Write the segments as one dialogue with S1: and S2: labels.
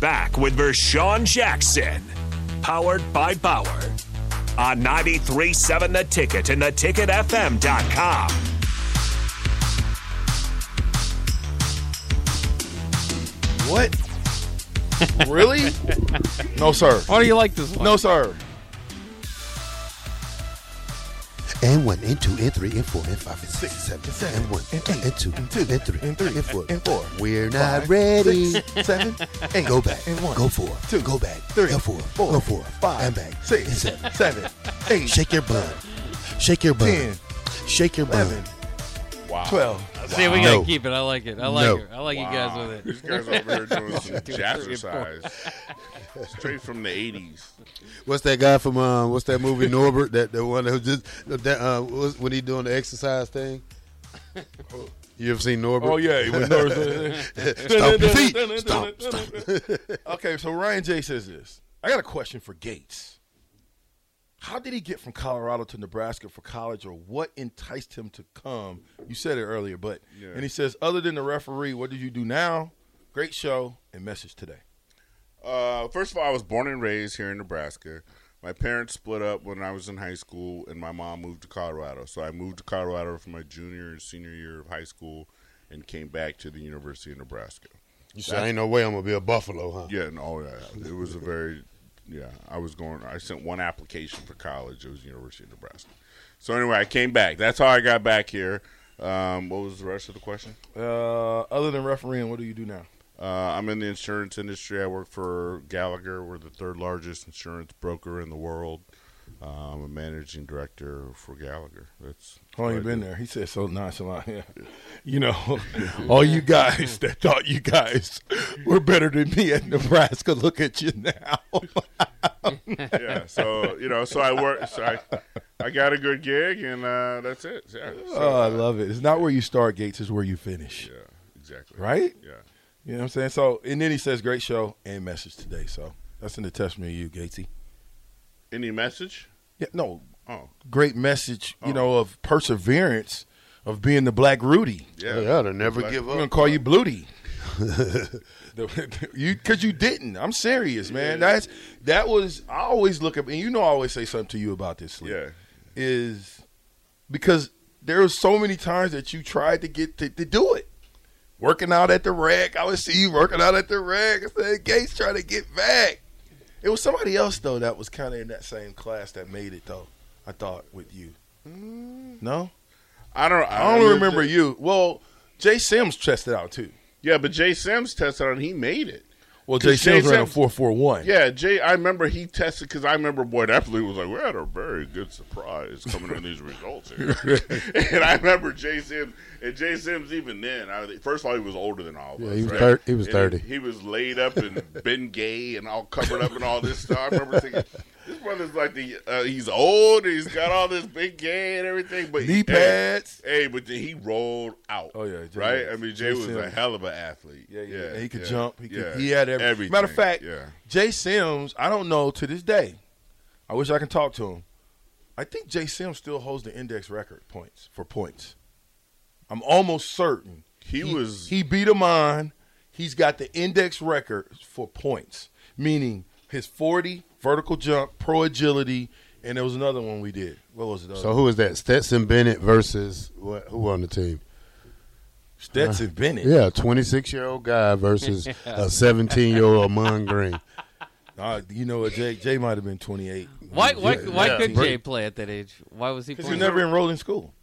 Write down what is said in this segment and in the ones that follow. S1: back with Vershawn Jackson, powered by Bauer, on 93.7 The Ticket and theticketfm.com.
S2: What? really? No, sir.
S3: Why do you like this one?
S2: No, sir.
S4: And one, and two, and three, and four, and five, and six, and seven, and one, and two, and three, and four, and four. We're not
S2: Five,
S4: ready.
S2: six, seven, eight.
S4: Go back.
S2: And one.
S4: Go four.
S2: two,
S4: Go back.
S2: three,
S4: Go four.
S2: four,
S4: Go four.
S2: five,
S4: And back.
S2: six,
S4: And seven.
S2: seven, eight,
S4: Shake your bun. Shake your bun.
S2: Ten.
S4: Shake your bun.
S2: eleven, twelve.
S3: See, we
S4: No.
S3: gotta keep it. I like it. I like
S4: No.
S3: it. I like you guys with it.
S5: These guys over here doing some
S3: Doing three and four.
S5: jazzercise. Straight from the 80s.
S4: What's that guy from? Um, what's that movie Norbert? That the one who just that uh, was, when he doing the exercise thing. You ever seen Norbert?
S2: Oh yeah, when Norris-
S4: Stomp your feet. Stomp. Stomp.
S2: okay, so Ryan J says this. I got a question for Gates. How did he get from Colorado to Nebraska for college, or what enticed him to come? You said it earlier, but
S5: Yeah.
S2: and he says, other than the referee, what do you do now? Great show and message today.
S5: Uh, first of all, I was born and raised here in Nebraska. My parents split up when I was in high school, and my mom moved to Colorado. So I moved to Colorado for my junior and senior year of high school and came back to the University of Nebraska.
S4: You said, "Ain't no way I'm gonna be a buffalo, huh?"
S5: Yeah, and all that. It was a very, yeah. I was going. I sent one application for college. It was University of Nebraska. So anyway, I came back. That's how I got back here. Um, what was the rest of the question?
S2: Uh, other than refereeing, what do you do now?
S5: Uh, I'm in the insurance industry. I work for Gallagher. We're the third largest insurance broker in the world. Uh, I'm a managing director for Gallagher. That's
S2: How long you been there? He said so nonchalant. Yeah. You know, all you guys that thought you guys were better than me at Nebraska, look at you now.
S5: yeah. So you know, so I work. So I, I got a good gig, and uh, that's it. Yeah. So,
S2: oh, I love it. It's not where you start, Gates, it's where you finish.
S5: yeah. Exactly.
S2: Right?
S5: Yeah.
S2: You know what I'm saying? So, and then he says, great show and message today. So that's in the testament of you, Gatesy.
S5: Any message?
S2: Yeah, no,
S5: Oh,
S2: great message, you know, of perseverance, of being the black Rudy.
S5: yeah.
S4: Yeah, to never give
S2: I'm going
S4: up.
S2: to call you Bluty. The- you because you didn't. I'm serious, man. That's that was. I always look up, and you know, I always say something to you about this. Lee,
S5: Yeah.
S2: is because there was so many times that you tried to get to, to do it. Working out at the rack, I would see you working out at the rack. I said, Gates trying to get back. It was somebody else though that was kind of in that same class that made it though. I thought with you. No,
S5: I don't.
S2: Mm. I only
S5: don't
S2: remember you. Well, Jay Sims tested out too.
S5: Yeah, but Jay Sims tested on. He made it.
S2: Well,
S5: 'Cause
S2: Jay
S5: Jay
S2: Sims ran a
S5: Sims-
S2: four four one.
S5: Yeah, Jay. I remember he tested because I remember Boyd Epley was like, "We had a very good surprise coming on these results." Here. and I remember Jay Sims. And Jay Sims, even then, I, first of all, he was older than all of
S4: Yeah,
S5: us.
S4: he was
S5: right?
S4: thir- he was
S5: And
S4: 30.
S5: He was laid up and been gay and all covered up and all this stuff. I remember thinking. This brother's like the uh, he's old and he's got all this big gay and everything, but
S2: Knee pads.
S5: Hey, hey, but then he rolled out.
S2: Oh, yeah, Jay-
S5: right. I mean, Jay,
S2: Jay
S5: was a
S2: Sims.
S5: hell of an athlete.
S2: Yeah, yeah.
S5: yeah.
S2: he could
S5: yeah,
S2: jump. He, could,
S5: yeah.
S2: he had every-
S5: everything.
S2: Matter of fact,
S5: yeah.
S2: Jay Sims, I don't know to this day. I wish I can talk to him. I think Jay Sims still holds the index record points for points. I'm almost certain
S5: He was-
S2: He beat him on. He's got the index record for points, meaning his 40 vertical jump, pro agility, and there was another one we did. What was it? Uh, other
S4: So who is that? Stetson Bennett versus what? Who on the team?
S2: Stetson Bennett.
S4: uh, Yeah, 26 year old guy versus a 17 year old Amon Green.
S2: Uh, you know what? Jay Jay might have been 28.
S3: Why? Why? Why
S4: yeah.
S3: couldn't
S4: Br-
S3: Jay play at that age? Why was he?
S2: Because you
S3: playing?
S2: never enrolled in school. Oh,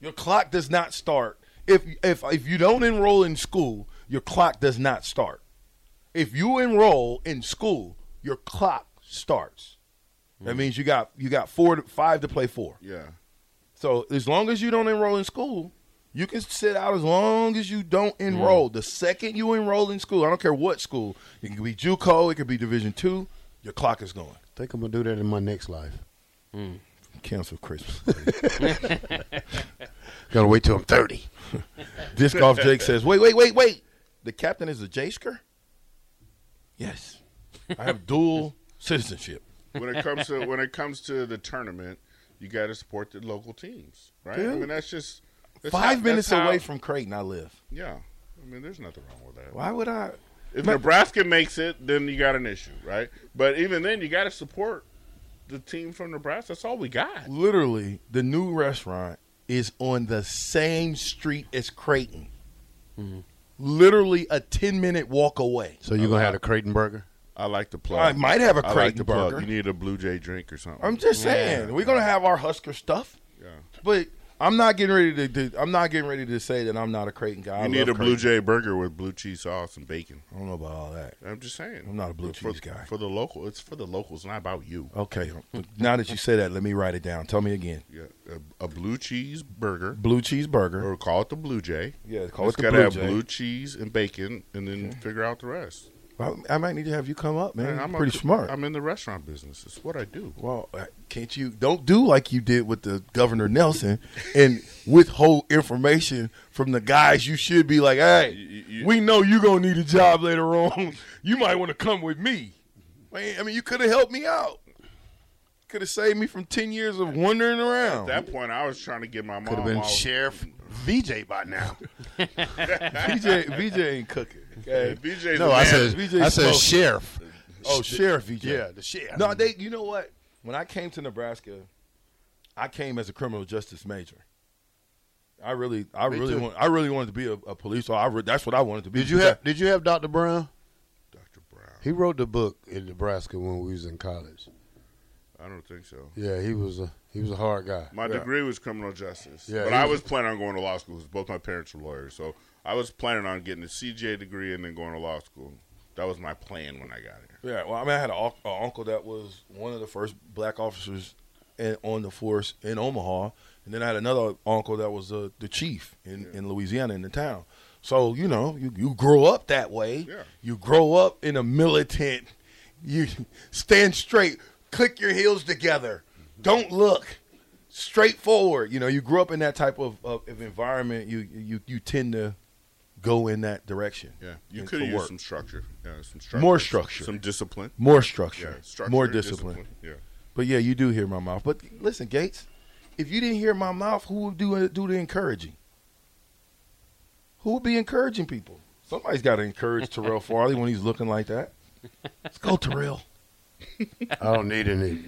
S2: Your clock does not start. If if if you don't enroll in school, your clock does not start. If you enroll in school, your clock starts. That means you got you got four to, five to play for.
S5: Yeah.
S2: So as long as you don't enroll in school, you can sit out as long as you don't enroll. The second you enroll in school, I don't care what school, it can be JUCO, it could be Division two. Your clock is going.
S4: Think I'm gonna do that in my next life.
S2: Cancel Christmas.
S4: Gotta wait till I'm 30.
S2: Disc golf Jake says, wait, wait, wait, wait. The captain is a Jasker? Yes. I have dual citizenship.
S5: when it comes to when it comes to the tournament, you got to support the local teams, right? I
S2: Dude.
S5: mean, that's just that's
S2: Five
S5: how-
S2: minutes
S5: that's how-
S2: away from Creighton, I live.
S5: Yeah, I mean, there's nothing wrong with that.
S2: Why would I?
S5: If Nebraska makes it, then you got an issue, right? But even then, you got to support the team from Nebraska. That's all we got.
S2: Literally, the new restaurant is on the same street as Creighton.
S5: Mm-hmm.
S2: Literally a ten minute walk away.
S4: So you gonna have a Creighton burger?
S5: I like the plug.
S2: I might have a
S5: I
S2: Creighton
S5: like the plug.
S2: burger.
S5: You need a Blue Jay drink or something.
S2: I'm just saying we're gonna have our Husker stuff,
S5: Yeah.
S2: but I'm not getting ready to. to I'm not getting ready to say that I'm not a Creighton guy. I
S5: You
S2: love
S5: need a Blue
S2: Creighton.
S5: Jay burger with blue cheese sauce and bacon.
S2: I don't know about all that.
S5: I'm just saying.
S2: I'm not a blue
S5: for,
S2: cheese guy.
S5: For the local, it's for the locals, not about you.
S2: Okay, now that you say that, let me write it down. Tell me again.
S5: Yeah, a, a blue cheese burger,
S2: Blue cheeseburger.
S5: or call it the Blue Jay.
S2: Yeah, call
S5: it's
S2: it the
S5: gotta
S2: Blue
S5: have
S2: Jay.
S5: blue cheese and bacon, and then figure out the rest.
S2: I, I might need to have you come up, man.
S5: Man,
S2: You're
S5: I'm a-
S2: pretty smart.
S5: I'm in the restaurant business. It's what I do.
S2: Well, uh, can't you don't do like you did with the Governor Nelson and withhold information from the guys you should be like, hey,
S5: You- you-
S2: we know you're gonna need a job later on. you might want to come with me. Man, I mean, you could have helped me out. Could have saved me from ten years of wandering around.
S5: At that point, I was trying to get my mom.
S4: Could have been
S5: all-
S4: Sheriff VJ by now.
S2: VJ, VJ ain't cooking. Okay?
S5: BJ's
S4: No,
S5: a
S4: I
S5: man.
S4: said
S2: VJ
S4: I said
S2: smoking.
S4: Sheriff.
S2: Oh, Sheriff VJ.
S4: Yeah, the sheriff.
S2: No, they. You know what? When I came to Nebraska, I came as a criminal justice major. I really, I
S4: Me
S2: really
S4: too.
S2: want, I really wanted to be a, a police officer. I re- that's what I wanted to be.
S4: Did you have Did you have Dr. Brown?
S5: Dr. Brown.
S4: He wrote the book in Nebraska when we was in college.
S5: I don't think so.
S4: Yeah, he was a he was a hard guy.
S5: My degree was criminal justice,
S4: Yeah,
S5: but
S4: he
S5: I
S4: was-
S5: was planning on going to law school. 'cause Both my parents were lawyers, so I was planning on getting a CJ degree and then going to law school. That was my plan when I got here.
S2: Yeah. Well, I mean, I had an unc- a uncle that was one of the first black officers in, on the force in Omaha, and then I had another uncle that was uh, the chief in, in Louisiana in the town. So you know, you, you grow up that way.
S5: Yeah.
S2: You grow up in a militant. You stand straight. Click your heels together.
S5: Mm-hmm.
S2: Don't look. Straightforward. You know, you grow up in that type of, of, of environment. You you you tend to go in that direction.
S5: Yeah, you
S2: And
S5: could
S2: for
S5: have used
S2: work.
S5: some structure. Yeah, some structure.
S2: More structure.
S5: Some discipline.
S2: More
S5: Yeah,
S2: structure.
S5: structure.
S2: more
S5: and
S2: discipline.
S5: Yeah.
S2: But yeah, you do hear my mouth. But listen, Gates, if you didn't hear my mouth, who would do uh, do the encouraging? Who would be encouraging people? Somebody's got to encourage Terrell Farley when he's looking like that. Let's go, Terrell.
S4: I don't need any.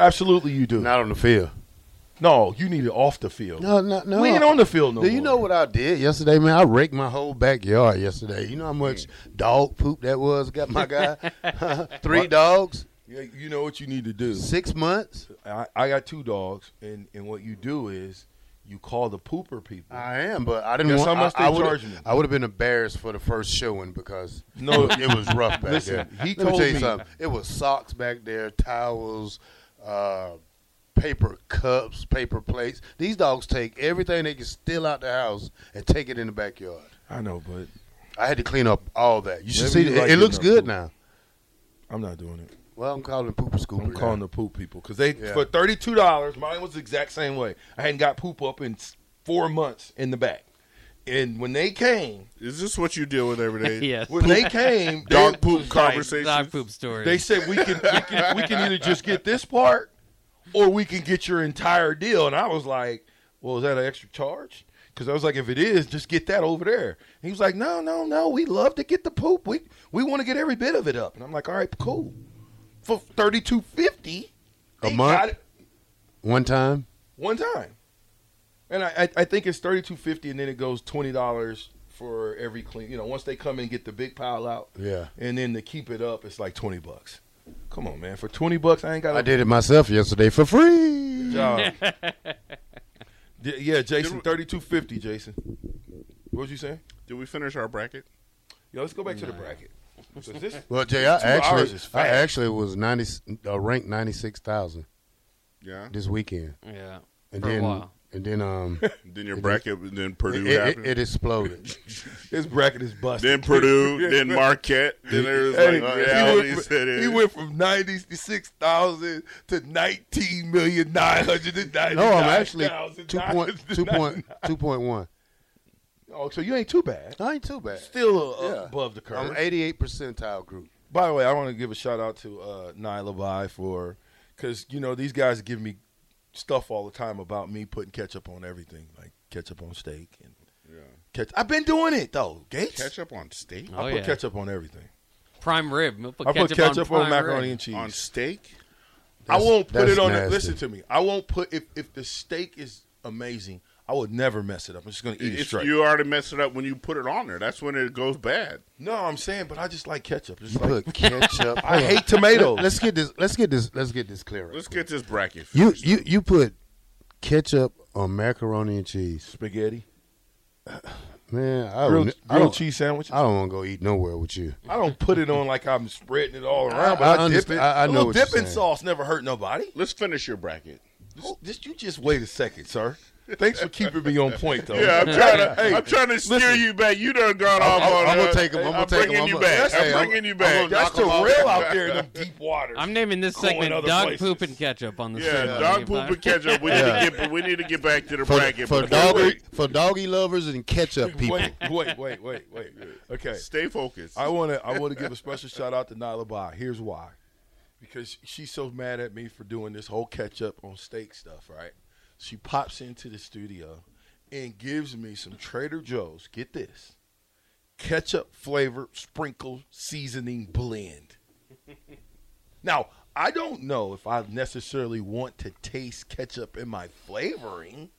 S2: Absolutely, you do.
S4: Not on the field.
S2: No, you need it off the field.
S4: No, no, no.
S2: We ain't on the field no
S4: Do you
S2: more.
S4: know what I did yesterday, man? I raked my whole backyard yesterday. You know how much dog poop that was? Got my guy three dogs,
S2: Yeah, you know what you need to do.
S4: six months.
S2: I, I got two dogs, and, and what you do is you call the pooper people.
S4: I am, but I didn't
S2: Guess
S4: want.
S2: how much
S4: I,
S2: they
S4: I would've-
S2: charging you?
S4: I would have been embarrassed for the first showing because
S2: No.
S4: no, it was rough back
S2: Listen,
S4: there.
S2: he
S4: Let
S2: told
S4: me tell you
S2: me-
S4: something. It was socks back there, towels, uh, paper cups, paper plates. These dogs take everything they can steal out the house and take it in the backyard.
S2: I know, but
S4: I had to clean up all that. You
S2: Maybe
S4: should see.
S2: you
S4: it
S2: like
S4: it
S2: it
S4: looks
S2: now,
S4: good
S2: too.
S4: now.
S2: I'm not doing it.
S4: Well, I'm calling it pooper scooper.
S2: I'm calling the poop people because they
S4: Oh, Yeah.
S2: for thirty two dollars. Mine was the exact same way. I hadn't got poop up in s- four months in the back, and when they came,
S5: Is this what you deal with every day?
S3: yes.
S2: when they came, they-
S5: Dog poop conversation.
S3: Dog poop story.
S2: They said we can, we can we can either just get this part or we can get your entire deal. And I was like, well, is that an extra charge? Because I was like, if it is, just get that over there. And he was like, no, no, no. We love to get the poop. We we want to get every bit of it up. And I'm like, all right, cool. For thirty two fifty
S4: A month? One time,
S2: one time. And I, I, I think it's thirty two fifty, and then it goes twenty dollars for every clean. You know, once they come and get the big pile out,
S4: Yeah.
S2: and then to keep it up, it's like twenty bucks. Come on, man, for twenty bucks, I ain't got.
S4: I did it myself yesterday for free.
S2: job. D- yeah, Jason, thirty two fifty, Jason. What was you saying?
S5: Did we finish our bracket?
S2: Yo, let's go back to the bracket. So this,
S4: Well, Jay, I
S2: hours
S4: actually,
S2: is
S4: I
S2: fast.
S4: actually was ninety, uh, ranked ninety six thousand
S5: Yeah.
S4: this weekend,
S3: yeah.
S4: and
S3: For a
S4: then,
S3: while.
S4: and then, um,
S5: Then your bracket, then Purdue
S4: it, it,
S5: happened.
S4: it exploded.
S2: this bracket is busted.
S5: then Purdue, then Marquette, then there was
S2: Hey,
S5: like oh,
S2: he,
S5: reality
S2: went from,
S5: city.
S2: he went from ninety six thousand to nineteen million nine hundred and ninety.
S4: No, I'm actually two point, two point, two point one.
S2: Oh, so you ain't too bad.
S4: I ain't too bad.
S2: Still uh,
S4: Yeah.
S2: above the curve.
S4: I'm eighty eight percentile group.
S2: By the way, I want to give a shout out to uh, Nyla Bai for because you know these guys give me stuff all the time about me putting ketchup on everything, like ketchup on steak and
S5: yeah.
S2: Catch. I've been doing it though, Gates.
S5: Ketchup on steak?
S2: I
S3: Oh,
S2: put
S3: yeah.
S2: ketchup on everything.
S3: Prime rib. We'll put
S2: I put ketchup on,
S3: prime
S2: macaroni
S3: rib.
S2: and cheese.
S5: On steak?
S2: I won't put
S4: that's
S2: it on. The,
S4: nasty.
S2: listen to me. I won't put if if the steak is amazing. I would never mess it up. I'm just gonna eat it
S5: If
S2: straight.
S5: you already messed it up when you put it on there. That's when it goes bad.
S2: no, I'm saying, but I just like ketchup. It's
S4: You
S2: like-
S4: put ketchup.
S2: I hate tomatoes.
S4: Let's get this. Let's get this. Let's get this clear.
S5: Let's get this bracket.
S4: you.
S5: finished.
S4: You you put ketchup on macaroni and cheese.
S2: spaghetti,
S4: Man,
S2: grilled,
S4: I don't, I
S2: grilled
S4: don't,
S2: cheese sandwiches.
S4: I don't want to go eat nowhere with you.
S2: I don't put it on like I'm spreading it all around,
S4: I-
S2: but I,
S4: I
S2: dip
S4: understand-
S2: it.
S4: I- I
S2: A
S4: know
S2: little
S4: what you're
S2: dipping
S4: saying.
S2: sauce never hurt nobody.
S5: Let's finish your bracket.
S2: Oh, just you just wait a second, sir. Thanks for keeping me on point, though.
S5: Yeah, I'm trying to. I'm trying to steer you back. You done gone off
S4: I'm-
S5: on.
S4: I'm gonna
S5: uh,
S4: take 'em. I'm gonna take 'em.
S5: bringing
S4: I'm
S5: you
S4: gonna-
S5: back.
S4: Hey,
S5: I'm
S4: I'm-
S5: bringing you
S4: I'm
S5: back.
S4: gonna
S2: That's
S4: knock 'em
S2: the
S4: off.
S2: real out there in them deep waters.
S3: I'm naming this
S2: Going
S3: segment
S2: other
S3: dog
S2: places.
S3: poop and ketchup on the
S5: yeah,
S3: segment.
S5: dog poop and ketchup. We need
S4: Yeah.
S5: to get. We need to get back to the
S4: For,
S5: bracket.
S4: for
S5: but-
S4: doggy
S5: Wait,
S4: for doggy lovers and ketchup people.
S2: wait, wait, wait, wait, wait. Okay,
S5: Stay focused.
S2: I want to I want to give a special shout out to Nyla Bai. Here's why, because she's so mad at me for doing this whole catch up on steak stuff. Right? She pops into the studio and gives me some Trader Joe's. Get this, ketchup flavored sprinkle seasoning blend. now I don't know if I necessarily want to taste ketchup in my flavoring,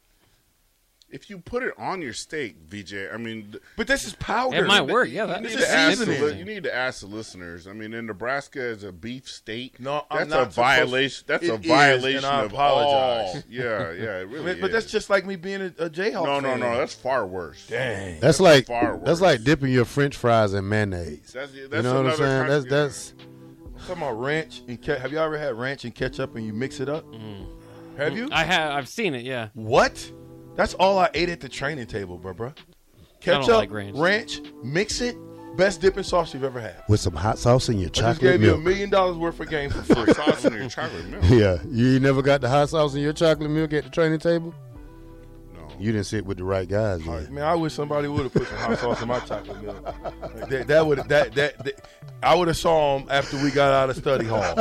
S5: if you put it on your steak, VJ. I mean, th-
S2: but this is powder.
S3: It might work. Yeah,
S5: you
S3: that-
S5: need,
S2: It's
S5: to ask the,
S2: seasoning.
S5: li- you need to ask the listeners. I mean, in Nebraska, is a beef steak.
S2: No,
S5: that's
S2: I'm not
S5: a
S2: supposed-
S5: violation. That's
S2: It
S5: a
S2: is,
S5: violation
S2: and I
S5: of
S2: apologize.
S5: all. Yeah, yeah, it really.
S2: But, but
S5: is.
S2: that's just like me being a, a Jayhawk.
S5: no, no,
S2: fan.
S5: no. That's far worse.
S2: dang.
S4: That's like
S5: far worse.
S4: that's like dipping your French fries in mayonnaise.
S5: That's-
S4: you
S5: that's
S4: know what I'm
S5: another
S4: saying? That's
S5: country.
S4: that's
S2: Talking about ranch and ke- have you ever had ranch and ketchup and you mix it up? Have you?
S3: Mm-hmm. I have. I've seen it. Yeah.
S2: what? That's all I ate at the training table, bro, bro. Ketchup,
S3: like ranch.
S2: mix it. Best dipping sauce you've ever had.
S4: with some hot sauce in your
S2: I just
S4: chocolate
S2: gave you a
S4: milk.
S2: million dollars worth of game for free.
S5: Sauce in your chocolate milk.
S4: Yeah, you ain't never got the hot sauce in your chocolate milk at the training table.
S5: No.
S4: You didn't sit with the right guys. man.
S2: Man, I wish somebody would have put some hot sauce in my chocolate milk. Like, that that would that, that that I would have saw him after we got out of study hall.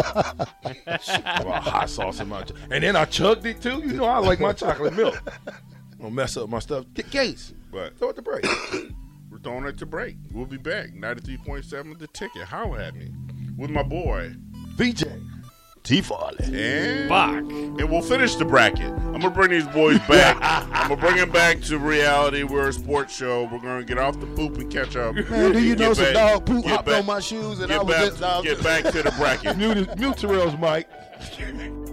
S2: Well, hot sauce in my cho- and then I chugged it too. You know I like my chocolate milk. I'm gonna mess up my stuff. Get Gates.
S5: But
S2: Throw it to break.
S5: We're throwing it to break. We'll be back. 93.7 the ticket. How at me. With my boy.
S2: VJ.
S4: T Farley.
S5: And
S3: Fuck.
S5: and we'll finish the bracket. I'm gonna bring these boys back. I'm gonna bring them back to reality. We're a sports show. We're gonna get off the poop and catch up.
S4: Man, do you
S5: Get
S4: know some
S5: back-
S4: dog poop
S5: get
S4: hopped
S5: back-
S4: on my shoes and I
S5: Get
S4: was
S5: back,
S4: just I was
S5: get back to the bracket.
S2: Mute, mute Terrell's mic.